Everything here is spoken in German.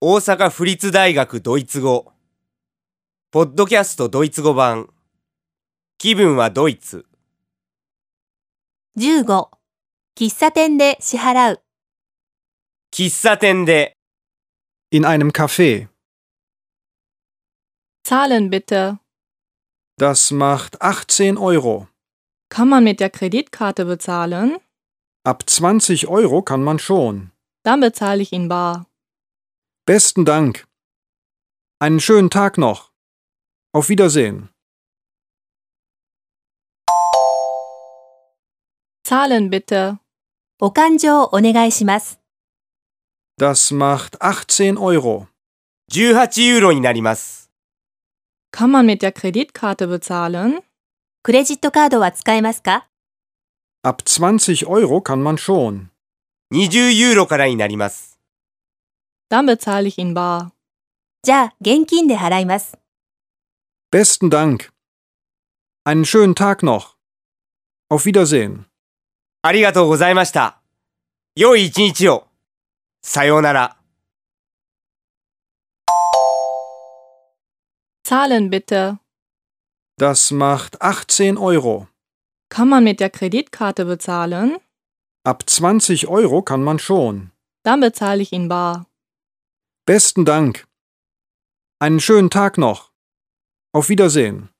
大阪府立大学ドイツ語ポッドキャストドイツ語版気分はドイツ15喫茶店で支払う喫茶店で In einem Café. Zahlen bitte. Das macht 18 Euro. Kann man mit der Kreditkarte bezahlen? Ab 20 Euro kann man schon. Dann bezahle ich in bar. Besten Dank. Einen schönen Tag noch. Auf Wiedersehen. Zahlen bitte. お勘定お願いします。 Das macht 18 Euro. 18ユーロになります。 Kann man mit der Kreditkarte bezahlen? クレジットカードは使えますか Ab 20 Euro kann man schon. 20ユーロからになります。 Dann bezahle ich in bar. じゃあ、現金で払います。 Besten Dank. Einen schönen Tag noch. Auf Wiedersehen. ありがとうございました。良い一日を。さようなら。 Zahlen bitte. Das macht 18 Euro. Kann man mit der Kreditkarte bezahlen? Ab 20 Euro kann man schon. Dann bezahle ich in bar. Besten Dank. Einen schönen Tag noch. Auf Wiedersehen.